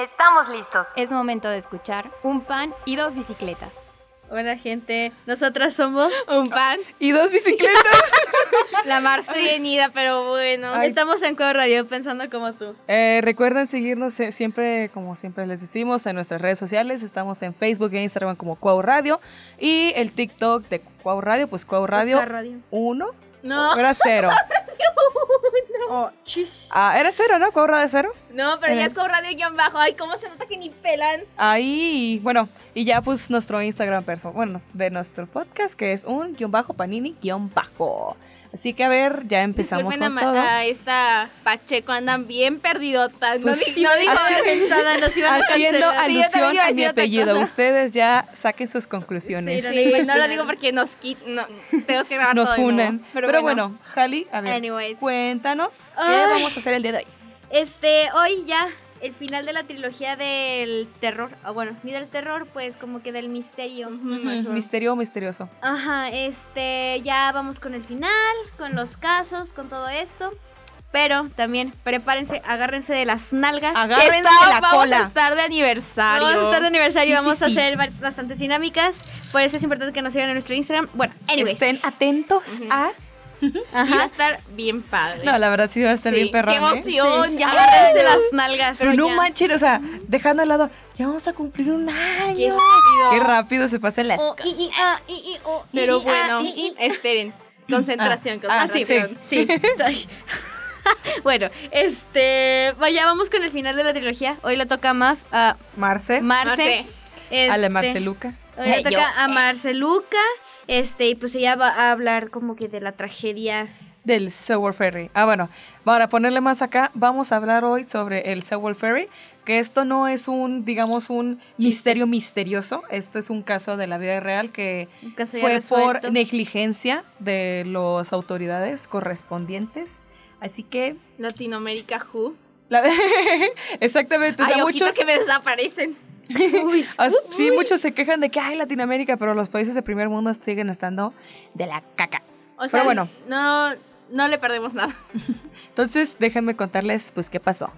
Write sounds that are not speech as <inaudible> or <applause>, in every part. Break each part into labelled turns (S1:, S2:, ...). S1: Estamos listos.
S2: Es momento de escuchar un pan y dos bicicletas.
S3: Hola gente, nosotras somos
S4: Un pan.
S5: Y dos bicicletas.
S4: La Marce venida, pero bueno.
S5: Ay.
S3: Estamos en Coro Radio pensando como tú.
S5: <laughs> Eh, recuerden seguirnos eh, siempre, como siempre les decimos, en nuestras redes sociales. Estamos en Facebook e Instagram como Cuau Radio. Y el TikTok de Cuau Radio, pues Cuau Radio
S3: La radio.
S5: 1.
S4: No,
S5: Era 0.
S3: Oh, chis.
S5: Ah, Eh. era 0, ¿no? Cuau Radio 0.
S4: no, pero ya es con radio guión bajo. Ay, cómo se nota que ni pelan.
S5: Ahí, y bueno, y ya pues nuestro Instagram personal, bueno, de nuestro podcast, que es un guión bajo panini guión bajo. Así que a ver, ya empezamos
S4: Disculpen a,
S5: con
S4: ma-
S5: todo.
S4: a esta Pacheco, andan bien perdidotas. No
S5: Pues
S4: di-
S5: sí,
S4: no digo
S5: así-
S4: nada.
S3: Pensada, nos
S4: <laughs>
S3: iban a
S5: Haciendo
S3: cancelar.
S4: Sí, yo también
S5: alusión
S4: iba a
S5: a mi
S4: decir otra
S5: apellido.
S4: cosa.
S5: Ustedes ya saquen sus conclusiones.
S3: Sí,
S4: Sí, no lo digo porque nos quit- no, tenemos que grabar
S5: Nos
S4: todo de nuevo.
S5: funen. Pero, bueno, Jali, a ver,
S3: Anyways.
S5: cuéntanos
S3: Ay.
S5: qué vamos a hacer el día de hoy.
S3: Este, hoy ya, el final de la trilogía del terror. Ah, bueno, ni del terror, pues como que del misterio.
S5: Mm, Misterio o misterioso.
S3: Ajá, este, ya vamos con el final, con los casos, con todo esto. Pero también, prepárense, agárrense de las nalgas.
S5: Agárrense
S4: Está-
S5: la
S4: vamos a
S5: cola.
S4: estar de aniversario.
S3: Vamos a estar de aniversario,
S5: Sí, sí,
S3: vamos a
S5: sí.
S3: hacer ba- bastantes dinámicas. Por eso es importante que nos sigan en nuestro Instagram. Bueno, anyways.
S5: Estén atentos a...
S4: Y va a estar bien padre.
S5: No, la verdad sí va a estar
S4: Sí,
S5: bien perrón. ¿eh?
S4: Qué emoción,
S3: Sí,
S4: ya
S3: agárrense
S4: agárrense
S3: las nalgas.
S5: Pero no
S4: ya.
S5: manchen, o sea, dejando al lado, ya vamos a cumplir un año.
S4: Qué Oh. rápido.
S5: Qué rápido se pasan las
S3: O,
S5: cosas.
S3: i, i, a, i, i, o, i, i,
S4: Pero
S3: a,
S4: bueno,
S3: i, i.
S4: esperen. Concentración,
S5: Ah, ah, sí,
S4: concentración.
S3: Mm. Sí. <laughs> bueno, este, vaya, vamos con el final de la trilogía. Hoy le toca a Maf, a
S5: Marce,
S3: Marce.
S4: Eh, Marce.
S5: a la
S3: este,
S5: Marceluca.
S3: Hoy le
S4: Hey, yo. eh.
S3: toca a Marceluca. Este, y pues ella va a hablar como que de la tragedia.
S5: Del Sewell Ferry. Ah, bueno, para ponerle más acá, vamos a hablar hoy sobre el Sewell Ferry, que esto no es un, digamos, un misterio misterioso, esto es un caso de la vida real que
S3: Un caso ya
S5: fue
S3: resuelto.
S5: por negligencia de las autoridades correspondientes. Así que...
S4: Latinoamérica Who.
S5: la- <laughs> Exactamente, o sea,
S4: Hay
S5: muchos...
S4: ojitos que me desaparecen.
S5: As- sí, muchos se quejan de que hay Latinoamérica, pero los países de primer mundo siguen estando de la caca.
S4: O sea,
S5: Pero bueno.
S4: no, no le perdemos nada.
S5: Entonces, déjenme contarles, pues, qué pasó.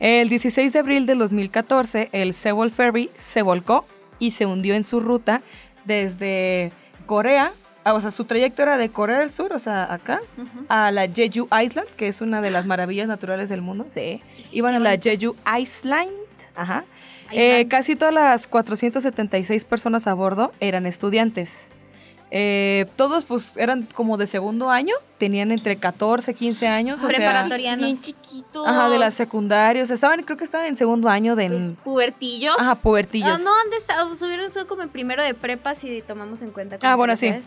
S5: El 16 de abril de 2014, el Sewol Ferry se volcó y se hundió en su ruta desde Corea, ah, o sea, su trayectoria de Corea del Sur, o sea, acá, a la Jeju Island, que es una de las maravillas naturales del mundo. Sí, iban a la Jeju Island. Ajá. Eh, casi todas las 476 personas a bordo eran estudiantes. Eh, todos pues eran como de segundo año, tenían entre 14 15 años. o sea,
S3: Preparatorianos.
S4: Bien chiquitos.
S5: Ajá, de las secundarias. Estaban, creo que estaban en segundo año de...
S4: Pues, pubertillos.
S5: ajá,
S3: Ah,
S5: pubertillos.
S3: no, ¿dónde está? O sea, hubieran estado como en primero de prepa si tomamos en cuenta. como
S5: Ah, bueno,
S3: que,
S5: sí.
S3: ¿sabes?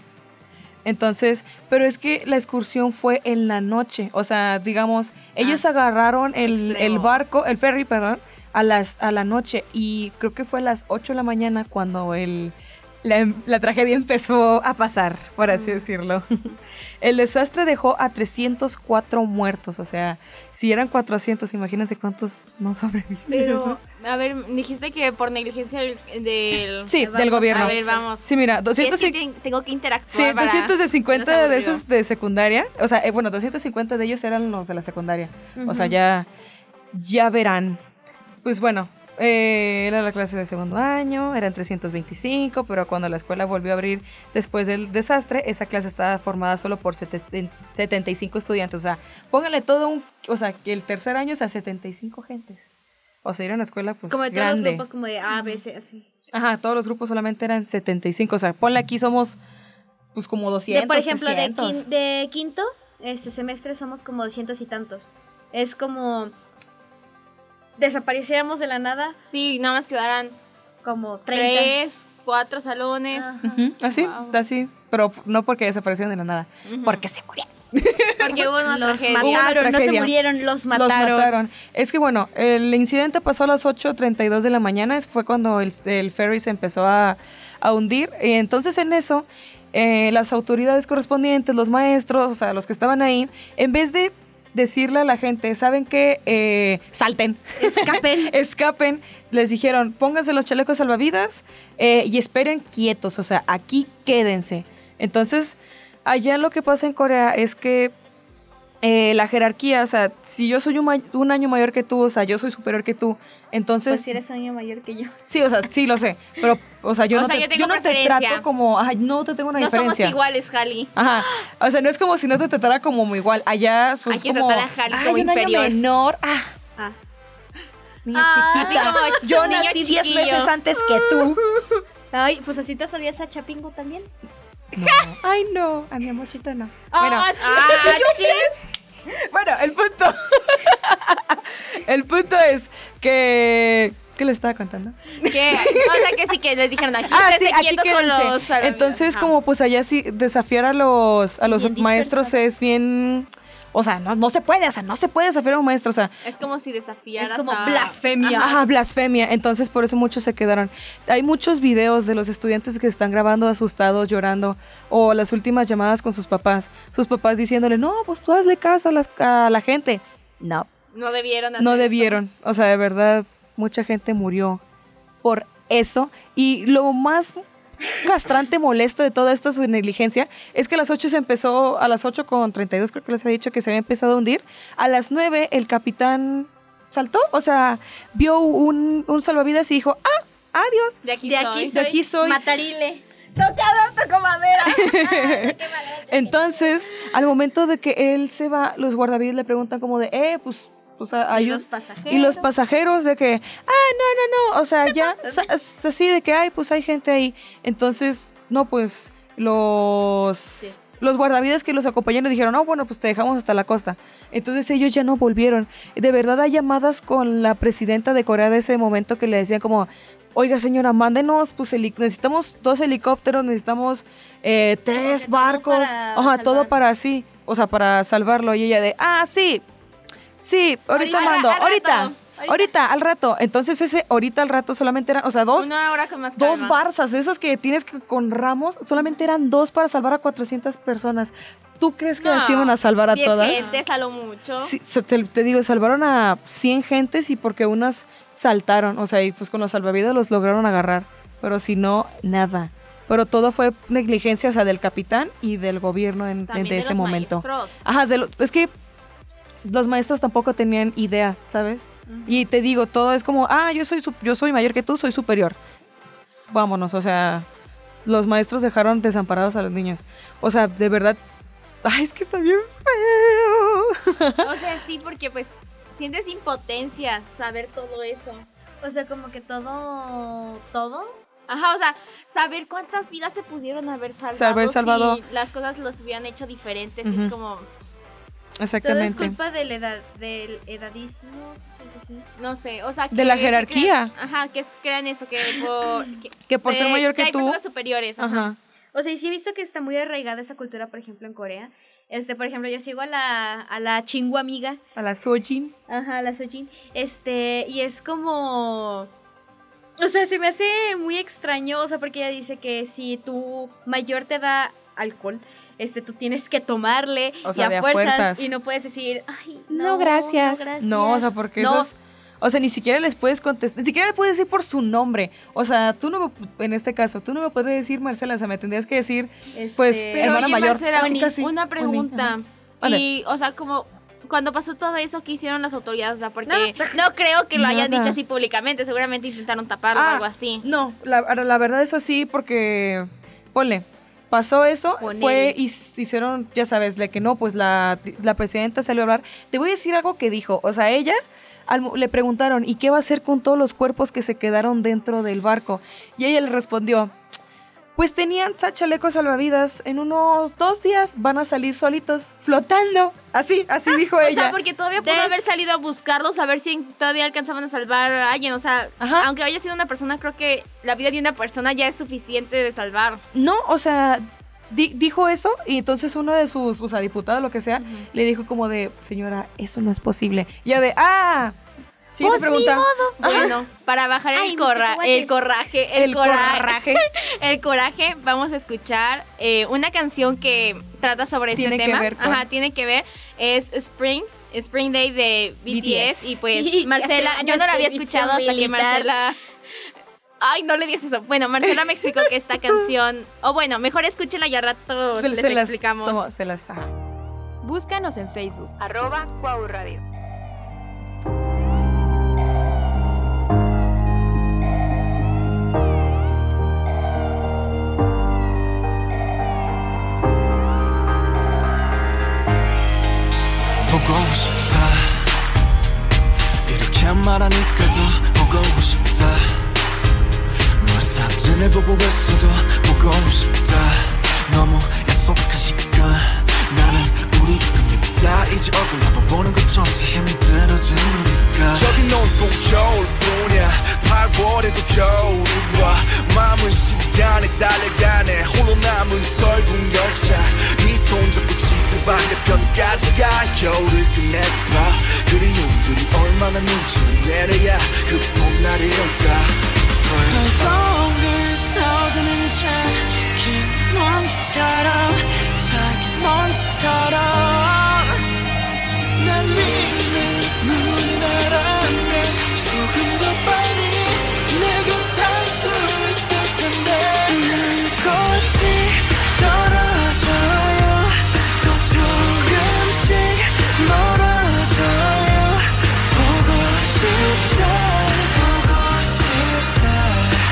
S5: Entonces, pero es que la excursión fue en la noche. O sea, digamos, ellos agarraron el,
S4: extremo.
S5: el barco, el ferry, perdón, a, las, a la noche. Y creo que fue a las 8 de la mañana cuando el, la, em- la tragedia empezó a pasar, por así decirlo. <laughs> El desastre dejó a 304 muertos. O sea, si eran 400, imagínense cuántos no <laughs> sobrevivieron.
S4: Pero, a ver, dijiste que por negligencia del...
S5: <laughs>
S4: del-
S5: Sí,
S4: vamos
S5: del gobierno.
S4: A ver, vamos.
S5: Sí, mira,
S4: Es
S5: 200
S4: que ten- tengo que interactuar.
S5: Sí,
S4: para-
S5: 250
S4: nos aburrió.
S5: de esos de secundaria. O sea, eh, bueno, 250 de ellos eran los de la secundaria. O sea, ya, ya verán. Pues bueno, eh, era la clase de segundo año, eran 325, pero cuando la escuela volvió a abrir después del desastre, esa clase estaba formada solo por 70 75 estudiantes. O sea, pónganle todo un... O sea, que el tercer año, o sea, 75 gentes. O sea, era una escuela pues
S3: Como de todos los
S5: grande.
S3: grupos, como de A, B, C, así.
S5: Ajá, todos los grupos solamente eran 75. O sea, ponle aquí somos pues como 200.
S3: de, por ejemplo, de,
S5: 300.
S3: quin- de quinto este semestre somos como 200 y tantos. Es como desapareciéramos de la nada
S4: Sí, nada más quedarán
S3: como 30.
S4: tres, cuatro salones.
S3: Ajá.
S5: Ujú, Así,
S4: Wow.
S5: así. Pero no porque desaparecieron de la nada.
S4: Ujú.
S5: Porque se murieron.
S4: Porque hubo una
S3: Los
S4: tragedia.
S5: Hubo
S3: mataron,
S5: una
S3: no se
S5: tragedia.
S3: murieron, los
S5: Los
S3: mataron.
S5: mataron. Es que bueno, el incidente pasó a las 8.32 de la mañana. es- Fue cuando el, el ferry se empezó a, a hundir. Y entonces en eso, eh, las autoridades correspondientes, los maestros, o sea, los que estaban ahí, en vez de decirle a la gente, ¿saben qué? Eh, salten.
S3: Escapen.
S5: <laughs> escapen, les dijeron, pónganse los chalecos salvavidas eh, y esperen quietos, o sea, aquí quédense. Entonces, allá lo que pasa en Corea es que eh, la jerarquía, o sea, si yo soy un, may- un año mayor que tú, o sea, yo soy superior que tú, entonces...
S3: Pues si eres un año mayor que yo.
S5: Sí, o sea, sí lo sé, pero, o sea, yo,
S4: O
S5: no,
S4: sea,
S5: te,
S4: yo tengo
S5: yo no te
S4: preferencia.
S5: trato como, ay, no te tengo una
S4: No somos
S5: diferencia.
S4: iguales, Jali.
S5: Ajá, o sea, no es como si no te tratara como igual, allá pues
S4: Hay que
S5: como,
S4: tratar a Jali
S5: "Ay,
S4: como
S5: un año
S4: inferior".
S5: menor, ah,
S3: Ah.
S5: niña
S4: Ah,
S5: chiquita,
S4: así como
S5: yo
S4: niño
S5: nací 10
S4: chiquillo.
S5: meses antes que tú.
S3: Ay, pues así te sabías a Chapingo también.
S5: Ay, no, a mi amorcito no. Bueno,
S3: Ah,
S4: Ah, chis.
S5: Bueno, el punto. <laughs> el punto es que. ¿Qué les estaba contando?
S4: Que, o sea, que sí que les dijeron aquí, ah, sí, con
S5: quédense.
S4: los salvavidas.
S5: Entonces,
S4: Ajá.
S5: como pues allá sí desafiar a los, a los
S3: Bien
S5: maestros
S3: dispersado.
S5: es bien. O sea, no, no se puede, o sea, no se puede desafiar a un maestro, o sea,
S4: Es como si desafiaras
S3: Es como
S4: a...
S3: blasfemia.
S5: Ajá, blasfemia. Entonces por eso muchos se quedaron. Hay muchos videos de los estudiantes que están grabando asustados, llorando, o las últimas llamadas con sus papás. Sus papás diciéndole, no, pues tú hazle caso a, las- a la gente. No,
S4: No debieron hacer
S5: no
S4: eso.
S5: debieron. O sea, de verdad, mucha gente murió por eso. Y lo más castrante, molesto de toda esta su negligencia es que a las 8 se empezó, a las 8 con 32 creo que les había dicho que se había empezado a hundir. A las 9 el capitán saltó, o sea, vio un, un salvavidas y dijo, ah, adiós.
S4: De aquí,
S3: De
S4: soy.
S3: aquí soy.
S5: De aquí soy.
S3: Matarile. Tocador, toco madera.
S5: Entonces, al momento de que él se va, los guardavidas le preguntan como de, eh, pues, pues
S3: Hay
S5: ayúdanos.
S3: los pasajeros.
S5: Y los pasajeros de que, ah, no, no, no, o sea, ya, sa- s- así de que, ay, pues hay gente ahí. Entonces, no, pues los,
S3: Yes.
S5: los guardavidas que los acompañaron dijeron, no, bueno, pues te dejamos hasta la costa. Entonces ellos ya no volvieron. De verdad hay llamadas con la presidenta de Corea de ese momento que le decían como, oiga señora, mándenos, pues heli- necesitamos dos helicópteros, necesitamos eh, tres
S3: todo
S5: barcos,
S3: para
S5: ajá, todo
S3: salvarlo.
S5: para así, o sea, para salvarlo. Y ella de, ah, sí, sí, ahorita
S4: Ahorita,
S5: mando,
S4: al rato,
S5: ahorita, ahorita,
S4: ahorita.
S5: al rato. Entonces ese ahorita al rato solamente eran, o sea, dos,
S4: Una hora con más calma.
S5: dos barzas, esas que tienes que con ramos, solamente eran dos para salvar a 400 personas. ¿Tú crees que
S4: No,
S5: así iban a salvar a
S4: Diez
S5: todas?
S4: gentes a lo mucho.
S5: Sí, so- te, te digo, salvaron a 100 gentes y porque unas saltaron, o sea, y pues con los salvavidas los lograron agarrar, pero si no, nada. Pero todo fue negligencia, o sea, del capitán y del gobierno en,
S4: También
S5: en- de
S4: de
S5: ese
S4: los
S5: momento.
S4: maestros.
S5: Ajá, de lo- es que los maestros tampoco tenían idea, ¿sabes? Y te digo, todo es como, ah, yo soy, su- yo soy mayor que tú, soy superior. Vámonos, o sea, los maestros dejaron desamparados a los niños. O sea, de verdad, ay, es que está bien feo.
S4: O sea, sí, porque pues sientes impotencia saber todo eso.
S3: O sea, como que todo. Todo.
S4: Ajá, o sea, saber cuántas vidas se pudieron haber salvado,
S5: Se haber salvado.
S4: si las cosas las hubieran hecho diferentes.
S5: Ujú.
S4: Es como,
S3: Todo es
S5: Exactamente.
S3: culpa del, edad, del edadismo. Sí, sí, sí.
S4: no sé, o sea,
S5: De la
S4: se
S5: jerarquía.
S4: crean- ajá, que crean eso, que
S5: <laughs>
S4: por, que,
S5: Que por ser
S4: de-
S5: mayor que
S4: hay
S5: tú-
S4: personas superiores. Ajá.
S5: Ajá.
S3: O sea, y sí he visto que está muy arraigada esa cultura, por ejemplo, en Corea. Este, por ejemplo, yo sigo a la, a la chingua amiga,
S5: A la Sojin.
S3: ajá, la Sojin. Este, y es como. O sea, se me hace muy extraño, o sea, porque ella dice que si tu mayor te da alcohol, este, tú tienes que tomarle
S5: O sea,
S3: y
S5: de
S3: a
S5: a
S3: fuerzas,
S5: fuerzas.
S3: y no puedes decir, ay, no,
S5: No, gracias.
S3: No, gracias.
S5: No, o sea, porque
S3: No.
S5: esos- O sea, ni siquiera les puedes contestar, ni siquiera le puedes decir por su nombre. O sea, tú no me, en este caso, tú no me podrías decir Marcela, o sea, me tendrías que decir,
S3: Este,
S5: pues,
S4: Pero
S5: hermana
S4: oye,
S5: mayor.
S4: Marcela,
S5: Casi,
S4: Oni,
S5: casi.
S4: una pregunta.
S5: Oni, ajá.
S4: y, o sea, como cuando pasó todo eso, ¿qué hicieron las autoridades? O sea, porque
S5: Nada.
S4: no, creo que lo hayan
S5: Nada.
S4: dicho así públicamente. Seguramente intentaron taparlo
S5: Ah,
S4: o algo así.
S5: No, la, ahora, la verdad eso sí, porque, ponle, pasó eso,
S3: Ponele.
S5: fue y s- hicieron, ya sabes, de que no, pues la, la presidenta salió a hablar. Te voy a decir algo que dijo, o sea, ella al mo- le preguntaron, ¿y qué va a hacer con todos los cuerpos que se quedaron dentro del barco? Y ella le respondió, pues tenían sa- chalecos salvavidas, en unos dos días van a salir solitos, flotando. Así, así dijo
S4: <laughs> O sea,
S5: ella.
S4: porque todavía pudo
S3: Des-
S4: haber salido a buscarlos, a ver si en- todavía alcanzaban a salvar a alguien. O sea,
S5: Ajá.
S4: aunque haya sido una persona, creo que la vida de una persona ya es suficiente de salvar.
S5: No, o sea, di- dijo eso y entonces uno de sus, o sea, diputados, lo que sea, le dijo como de, señora, eso no es posible. Y ya de, ah, sí,
S3: Pues,
S5: pregunta.
S4: Bueno, para bajar
S3: Ay,
S4: el,
S3: mis
S4: corra-
S3: cacahuates.
S4: el coraje, el,
S5: El
S4: cora-
S5: coraje.
S4: el coraje, vamos a escuchar eh, una canción que trata sobre
S5: Tiene que
S4: este tema.
S5: ver con-
S4: Ajá, tiene que ver. Es Spring. Spring Day de BTS,
S5: BTS.
S4: y pues
S3: <laughs> Y
S4: Marcela,
S3: hace
S4: yo no la había
S3: servicio
S4: escuchado hasta que
S3: militar.
S4: Marcela Ay, no le digas eso. Bueno, Marcela me explicó
S3: <laughs>
S4: que esta canción. O bueno, mejor escúchenla y al rato <laughs> les
S5: se las
S4: explicamos.
S5: tomo, se las- ah.
S2: Búscanos en Facebook, arroba Cuau Radio.
S1: 보고 싶다 이렇게 말하니까 더 보고 싶다 널 사진을 보고 있어도 보고 싶다 너무 약속한 시간 나는 우리 겁니다 이제 얼굴 한번 보는 것조차 힘들어진 우리가
S6: 여긴 온통 겨울뿐이야 8월에도 겨울이 와 마음은 시간에 달려가네 홀로 남은 설국 열차 네손 잡고 지구 반대편까지 가 겨울을 끝내봐 그리움들이 얼마나 눈치를 내려야 그 봄날이 올까
S7: 덩을 떠드는 자긴 먼지처럼 자기 먼지처럼
S6: 날리는 눈이 나라면 조금 더 빨리 내게 탈수 있을 텐데
S7: 난 꽃이 떨어져요 또 조금씩 멀어져요 보고 싶다 보고 싶다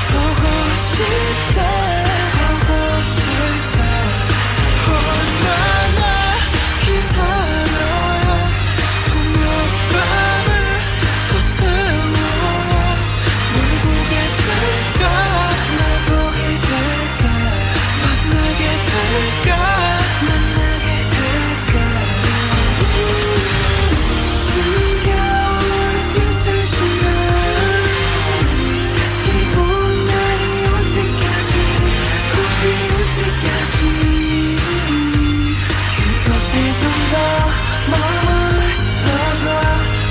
S7: 보고 싶다 보고 싶다 얼마나 기다려요 분명 밤을 더새워요 널 보게 될까 날 보게 될까 만나게 될까 만나게 될까 숨겨올 빛을 신나 다시 봄 날이 올 때까지 봄이 올 때까지 그곳에 좀 더 머물러줘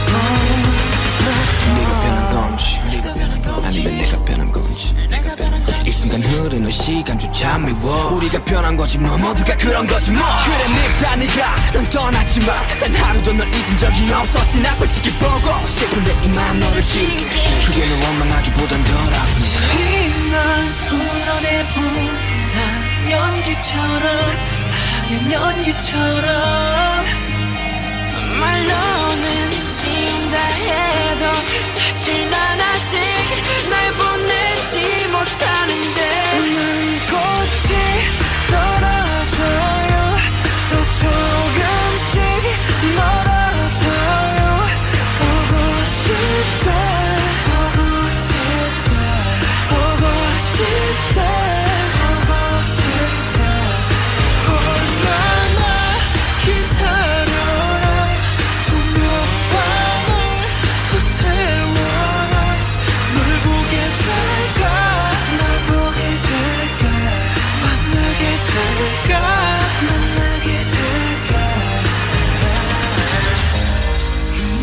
S1: 네가
S7: 머물러줘
S1: 변한 건지
S7: 네가 변한 건지
S1: 아니면 내가 변한 건지
S7: 내가 변한
S1: 이 순간 흐르는 시간조차 미워 우리가 변한 거지 뭐 모두가 그런 거지 뭐 그래 늙다 니가 난 떠났지만 단 하루도 널 잊은 적이 없었지 나 솔직히 보고 싶은데 이만 너를 지우게 그게 널 원망하기보단 덜 아프네
S7: 이날 불어내 본다 연기처럼 하얀 연기처럼 말로는 지운다 해도 사실 난 아직 날 보내지 못하는데 난 꽃이 떨어져요 또 조금씩 멀어져요 보고 싶다 보고 싶다 보고 싶다 보고 싶다 얼마나 기다려라 두며 밤을 더 세워라 널 보게 될까 날 보게 될까 만나게 될까 만나게 될까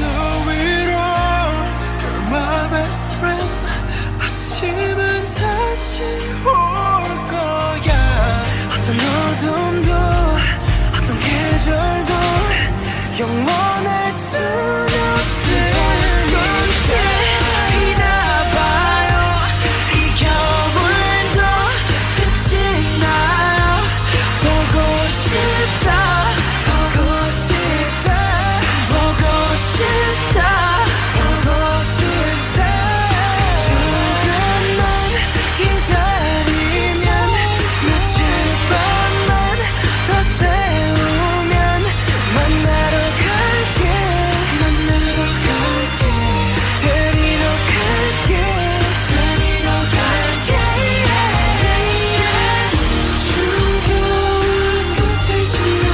S7: 너 위로 You're my best friend 아침은 다시 올 거야 어떤 어둠도 어떤 계절도 영원할 순 없을 밤새 비나봐요 이 겨울도 끝이 나요 보고 싶다 보고 싶다 보고 싶다 보고 싶다 조금만 기다리면 며칠 밤만 더 세우면 만나러 갈게 만나러 갈게 데리러 갈게 데리러 갈게 중겨울 붙을 신나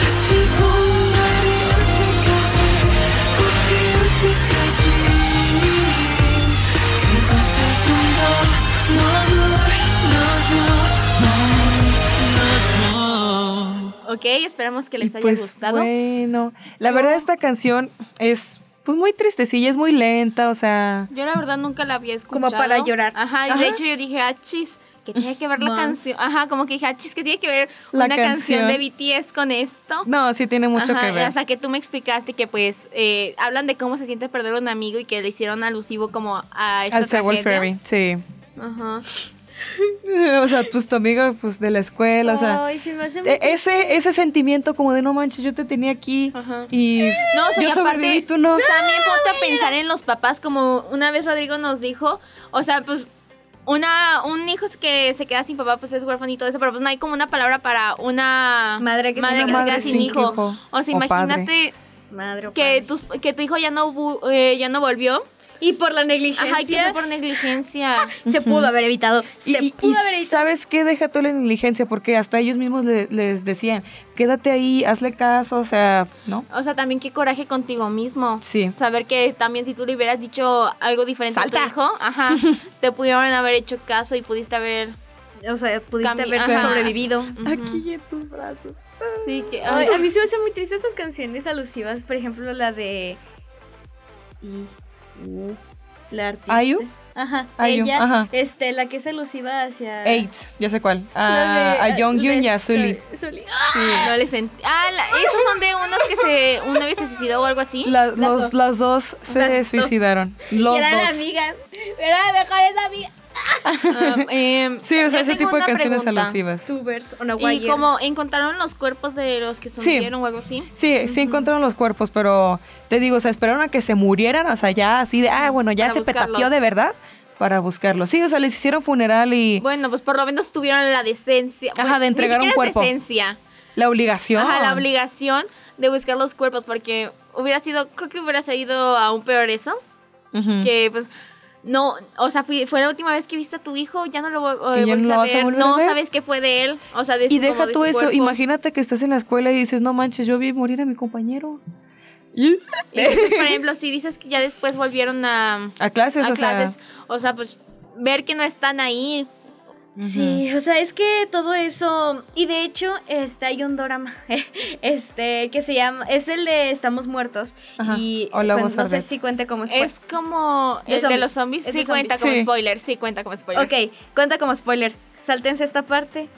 S7: 다시 봄날이 올 때까지 꽃이 올 때까지 그곳에 좀 더 머물러줘 머물러줘
S4: Ok, esperamos que les
S5: Y
S4: haya
S5: pues,
S4: gustado.
S5: Bueno, la verdad esta canción es pues muy tristecilla, es muy lenta, o sea,
S4: Yo la verdad nunca la había
S3: Como
S4: escuchado.
S3: para llorar.
S4: Ajá, y
S3: Ajá.
S4: de hecho yo dije, ah, chis, que tiene que ver la
S3: Más.
S4: canción. Ajá, como que dije, ah, chis, que tiene que ver
S5: La
S4: una canción.
S5: canción.
S4: de BTS con esto.
S5: no, sí tiene mucho
S4: Ajá,
S5: que ver.
S4: Hasta que tú me explicaste que pues eh, hablan de cómo se siente perder un amigo y que le hicieron alusivo como a esta
S5: Al Sewell Ferry,
S4: tragedia.
S5: sí.
S4: Ajá.
S5: <laughs> o sea, pues tu amiga pues, de la escuela, o sea.
S3: Ay, se me hace muy-
S5: e- Ese, ese sentimiento como de no manches, yo te tenía aquí
S3: Ajá.
S5: y
S4: No, o sea, y
S5: yo
S4: aparte,
S5: sobreviví,
S3: <laughs>
S5: tú no.
S4: También ponte a pensar en los papás, como una vez Rodrigo nos dijo, o sea, pues una un hijo que se queda sin papá, pues es huérfano y todo eso, pero pues no hay como una palabra para una
S3: Madre que se
S4: madre
S3: llama
S4: que se
S3: madre
S4: queda sin,
S5: sin
S4: hijo.
S5: hijo
S4: O sea,
S5: o padre.
S4: imagínate
S3: Madre o
S4: que
S3: padre.
S4: tu, que tu hijo ya no, bu- eh, ya no volvió.
S3: Y por la negligencia.
S4: Ajá, y que fue por negligencia.
S3: Se pudo haber evitado.
S5: Y,
S3: Se
S5: y-
S3: pudo
S5: y
S3: haber evitado.
S5: sabes qué, deja tú la negligencia, porque hasta ellos mismos le- les decían, quédate ahí, hazle caso, o sea, ¿no?
S4: O sea, también qué coraje contigo mismo.
S5: Sí.
S4: Saber que también si tú le hubieras dicho algo diferente a tu hijo,
S3: <laughs>
S4: ajá, te pudieron haber hecho caso y pudiste haber.
S3: O sea, pudiste
S4: Cami-
S3: haber
S4: Ajá.
S3: sobrevivido.
S4: Ujú.
S5: en tus brazos.
S4: Sí, que.
S3: Ay, a mí se me hacen muy tristes estas canciones alusivas. Por ejemplo, la de. I- U- La artista.
S5: Ayu.
S3: Ajá.
S5: Ayu,
S3: ella,
S5: Ah, ajá.
S3: Este, la que es alusiva hacia.
S5: Eight, ya sé cuál.
S3: la
S5: A,
S3: de-
S5: ah,
S3: ah,
S5: a Jonghyun y a
S3: de-
S5: Sully.
S3: Sully.
S4: No les sentí. Ah, la- esos son de unos que se. Uno vez se suicidó o algo así.
S5: La- los,
S3: dos.
S5: las dos se
S3: Las dos.
S5: suicidaron. Los
S3: eran
S5: dos.
S3: amigas. Eran mejores amigas.
S4: Ah,
S5: <laughs>
S4: eh,
S5: Sí, o sea,
S4: yo
S5: ese
S4: tengo
S5: tipo de
S4: una
S5: canciones
S4: pregunta.
S5: alusivas.
S3: Tubers o no
S4: Y como encontraron los cuerpos de los que sobrevivieron o algo así.
S5: Sí, sí encontraron los cuerpos, pero te digo, o sea, esperaron a que se murieran, o sea, ya así de, ah, bueno, ya
S4: Para
S5: se
S4: buscarlos.
S5: petateó de verdad para buscarlos. Sí, o sea, les hicieron funeral y
S4: Bueno, pues por lo menos tuvieron la decencia.
S5: Ajá,
S4: Bueno,
S5: de entregar
S4: ni
S5: un
S4: siquiera es
S5: cuerpo.
S4: decencia.
S5: la obligación.
S4: Ajá, la obligación de buscar los cuerpos porque hubiera sido, creo que hubiera sido aún peor eso,
S5: Ujú.
S4: que pues no, o sea, fui- fue la última vez que viste a tu hijo, ya no lo vo-
S5: Que ya
S4: eh,
S5: no
S4: volviste
S5: lo
S4: a
S5: vas a
S4: ver,
S5: volver a
S4: no
S5: ver.
S4: sabes qué fue de él, o sea, de
S5: Y
S4: su- como
S5: deja
S4: de
S5: tú
S4: su
S5: eso,
S4: cuerpo.
S5: imagínate que estás en la escuela y dices, no manches, yo vi morir a mi compañero.
S4: Y entonces, por ejemplo, si dices que ya después volvieron a,
S5: A clases,
S4: a
S5: o sea.
S4: clases, o sea, pues ver que no están ahí.
S3: Sí, o sea, es que todo eso. Y de hecho, este, hay un drama. <laughs> Este, que se llama. Es el de Estamos Muertos.
S5: Ajá.
S3: Y
S5: Hola,
S3: bueno,
S5: vos,
S3: no sé
S5: Arbet.
S3: si cuenta como spoiler.
S4: Es
S5: pues,
S4: como
S3: De
S4: el de
S3: zombies.
S4: los zombies,
S3: Es
S4: sí
S3: de zombies.
S4: cuenta como
S5: Sí.
S4: spoiler, sí cuenta como spoiler.
S3: Ok, cuenta como spoiler. Sáltense esta parte.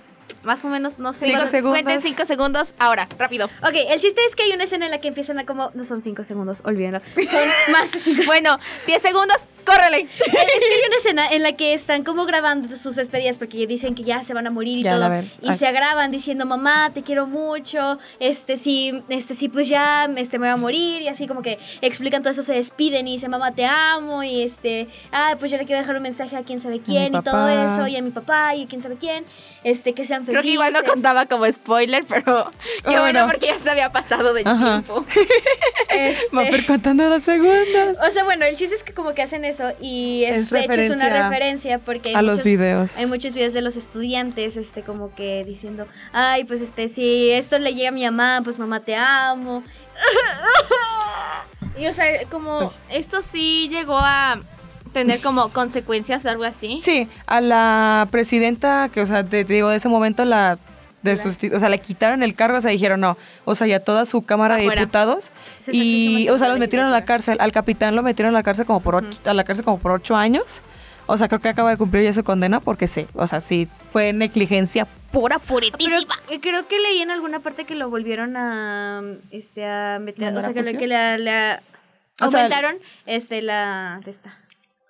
S3: Más o menos, no sé.
S5: Cinco
S3: cuánto-
S5: segundos.
S4: Cuenten cinco segundos ahora, rápido. <laughs>
S3: Ok, el chiste es que hay una escena en la que empiezan a como. No son cinco segundos, olvídenlo. <laughs> Son más de cinco
S4: Bueno, 10 segundos, córrele.
S3: Es que hay una escena en la que están como grabando sus despedidas porque dicen que ya se van a morir y
S5: Ya la
S3: todo.
S5: ven.
S3: Y
S5: Ah.
S3: se graban diciendo, mamá, te quiero mucho, este sí, este sí, pues ya este, me voy a morir. Y así como que explican todo eso, se despiden y dicen, mamá, te amo. Y este, ah, pues yo le quiero dejar un mensaje a quién sabe quién
S5: mi
S3: y todo
S5: papá.
S3: eso, y a mi papá y a quién sabe quién. Este, que sean felices.
S4: Creo que igual no contaba como spoiler, pero qué
S5: Oh,
S4: bueno
S5: no.
S4: porque ya se había pasado del
S5: Ajá.
S4: tiempo.
S5: <laughs>
S3: Este,
S5: Va per contando las segundas.
S3: O sea, bueno, el chiste es que como que hacen eso y es,
S5: Es
S3: de hecho es una
S5: referencia
S3: referencia porque hay
S5: a los
S3: muchos-
S5: videos.
S3: Hay muchos videos de los estudiantes, este, como que diciendo, ay, pues este, si esto le llega a mi mamá, pues mamá te amo.
S4: Y o sea, como esto sí llegó a tener como consecuencias o algo así.
S5: Sí, a la presidenta, que, o sea, te, te digo, de ese momento la. De susti- o sea, le quitaron el cargo, o sea, dijeron no. O sea, y a toda su Cámara de
S4: Afuera.
S5: Diputados.
S3: Ese es el
S5: Y,
S3: sistema
S5: o sea, los
S3: de
S5: metieron a la
S3: legislatura.
S5: cárcel. Al capitán lo metieron a la cárcel como por, ocho, a la cárcel como por ocho años. O sea, creo que acaba de cumplir ya su condena porque sí. O sea, sí, fue negligencia pura,
S3: Pero
S5: puritísima.
S3: eh, creo que leí en alguna parte que lo volvieron a, este, a meter, o
S5: ¿Mandar a
S3: sea, que, le,
S5: prisión?
S3: que la, la-
S5: O sea,
S3: aumentaron, este, la, de esta.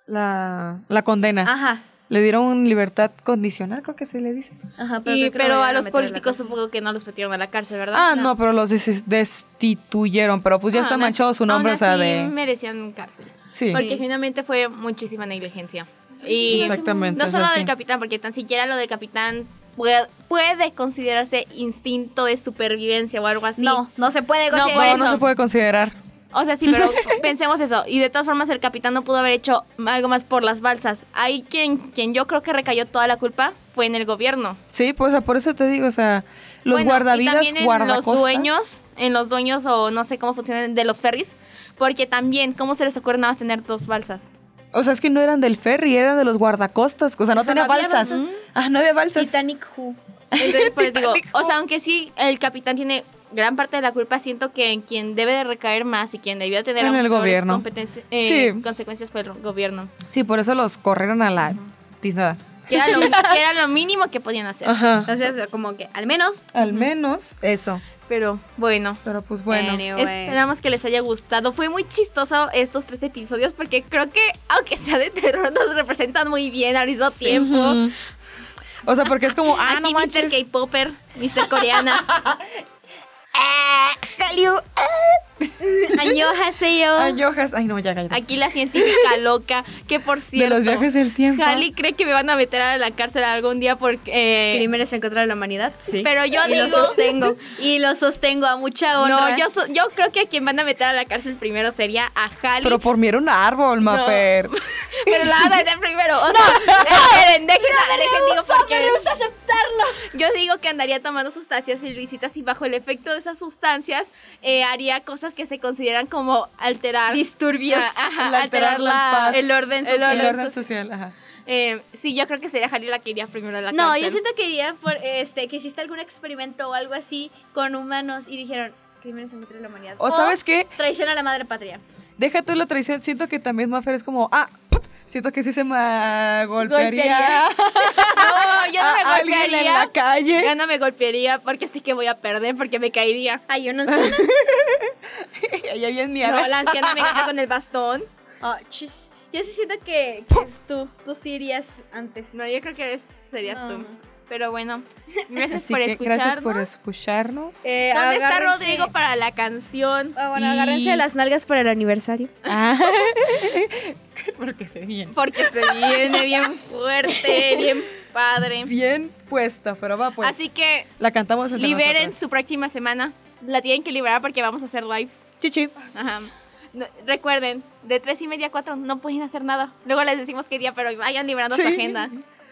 S5: La, la condena.
S3: Ajá,
S5: Le dieron libertad condicional, creo que se le dice.
S3: ajá. creo
S4: Y-
S3: que lo
S4: pero a
S3: volvieron
S4: los
S3: meter la
S4: políticos
S3: cárcel.
S4: supongo que no los metieron a la cárcel, ¿verdad?
S5: Ah, no, pero los des- destituyeron. Pero pues ya
S4: Ah,
S5: está
S4: aún
S5: manchado
S4: así-
S5: su nombre,
S4: aún
S5: o sea,
S4: así
S5: de.
S4: merecían cárcel.
S5: Sí,
S4: Porque finalmente fue muchísima negligencia.
S5: sí,
S4: y
S5: exactamente.
S4: no
S5: o
S4: solo
S5: sea,
S4: del
S5: sí.
S4: capitán, porque tan siquiera lo del capitán puede, puede considerarse instinto de supervivencia o algo así.
S3: No, no se puede
S4: No,
S3: considerar
S4: por
S3: eso.
S5: No, no se puede considerar.
S4: O sea, sí,
S5: <laughs>
S4: pero pensemos eso. Y de todas formas, el capitán no pudo haber hecho algo más por las balsas. Ahí quien, quien yo creo que recayó toda la culpa fue en el gobierno.
S5: Sí, pues o sea, por eso te digo, o sea, los
S4: Bueno,
S5: guardavidas,
S4: y también en los
S5: guardacostas.
S4: dueños, en los dueños o no sé cómo funcionan de los ferries, porque también cómo se les ocurre nada más tener dos balsas.
S5: O sea, es que no eran del ferry, eran de los guardacostas. O sea, no
S3: O sea,
S5: tenía
S3: no había
S5: balsas.
S3: balsas.
S5: Ah, no había balsas.
S3: Titanic Who.
S5: <laughs>
S4: Entonces, por eso digo, o sea, aunque sí el capitán tiene gran parte de la culpa, siento que en quien debe de recaer más y quien debió tener
S5: En
S4: aún
S5: el
S4: peores
S5: gobierno.
S4: competencia- eh,
S5: Sí.
S4: consecuencias fue el gobierno.
S5: Sí, por eso los corrieron a la tiznada.
S4: Que era, lo, que era lo mínimo que podían hacer.
S5: Ajá.
S3: O sea, o sea, como que al menos
S5: Al menos eso.
S4: Pero bueno.
S5: Pero pues bueno.
S3: Anyway.
S4: Esperamos que les haya gustado. Fue muy chistoso estos tres episodios porque creo que, aunque sea de terror, nos representan muy bien al mismo tiempo.
S5: Ujú. O sea, porque es como, ah, no
S4: Aquí Mr.
S5: manches.
S4: K-Popper, Mr.
S5: <laughs>
S4: Coreana.
S3: Añójaseo.
S5: Ay, Yojas. Ay, no, ya, ya, ya.
S4: Aquí la científica loca, que por
S5: De
S4: cierto.
S5: los viajes del tiempo.
S4: Halley cree que me van a meter a la cárcel algún día porque. eh,
S3: Crímenes en contra de la humanidad.
S4: Pero yo
S3: y
S4: digo.
S3: lo sostengo. <laughs> Y lo sostengo a mucha honra.
S4: No, yo, so- yo creo que a quien van a meter a la cárcel primero sería a Halley.
S5: Pero por mí era un árbol, Mafer.
S4: <laughs> Pero la van a meter primero.
S3: <laughs>
S4: O sea, esperen, dejen, dejen, digo, porque.
S3: aceptarlo.
S4: Yo digo que andaría tomando sustancias ilícitas y bajo el efecto de esas sustancias eh, haría cosas que se consideran como alterar.
S3: Disturbios.
S4: Ah, ajá,
S5: La-
S4: alterar la-
S5: paz.
S4: el orden
S5: El
S4: social.
S5: orden, social, ajá.
S4: Eh, sí, yo creo que sería Halley la que iría primero a la
S3: No,
S4: cárcel.
S3: yo siento que iría por este que hiciste algún experimento o algo así con humanos y dijeron crímenes en contra de la humanidad.
S5: O sabes qué,
S3: traición a la madre patria.
S5: deja tú la traición, siento que también Mafer es como, ah, ¡pup! siento que sí se me golpearía,
S4: Golpearía. No, yo no me
S5: a alguien en
S4: golpearía.
S5: la calle.
S4: Yo no me golpearía porque sé que voy a perder porque me caería.
S3: Ay, yo no sé.
S5: <laughs> Ella bien mierda.
S4: No, la anciana
S5: <laughs>
S4: me gana con el bastón.
S3: Oh, chis. Yo sí siento que, que es tú, tú sí irías antes.
S4: No, yo creo que eres- serías
S3: No,
S4: tú.
S3: no.
S5: <laughs>
S4: Pero bueno, gracias
S5: Así
S4: por
S5: que
S4: escucharnos.
S5: gracias por escucharnos.
S3: Eh,
S4: ¿Dónde está
S3: agárrense-
S4: Rodrigo para la canción?
S3: Ah, bueno,
S5: Y-
S3: agárrense de las nalgas para el aniversario.
S5: <laughs> Ah. Porque se bien.
S4: <laughs> Porque se viene
S5: <laughs>
S4: bien fuerte, bien padre.
S5: Bien puesta, pero va pues.
S4: Así que
S5: la cantamos entre
S4: liberen
S5: nosotras.
S4: su próxima semana. La tienen que liberar porque vamos a hacer lives.
S5: Chichi.
S4: Ajá. No, recuerden, de tres y media a cuatro no pueden hacer nada. Luego les decimos qué día, pero vayan liberando
S5: Sí.
S4: su agenda.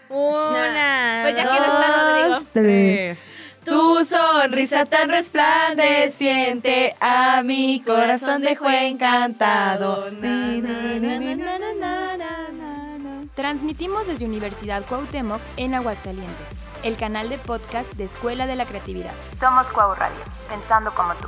S3: Una.
S4: Pues ya que no está Rodrigo.
S5: Tres.
S4: Tu sonrisa tan
S5: resplandeciente a mi corazón dejó encantado.
S2: Transmitimos desde Universidad Cuauhtémoc en Aguascalientes, el canal de podcast de Escuela de la Creatividad. Somos Cuau Radio, pensando como tú.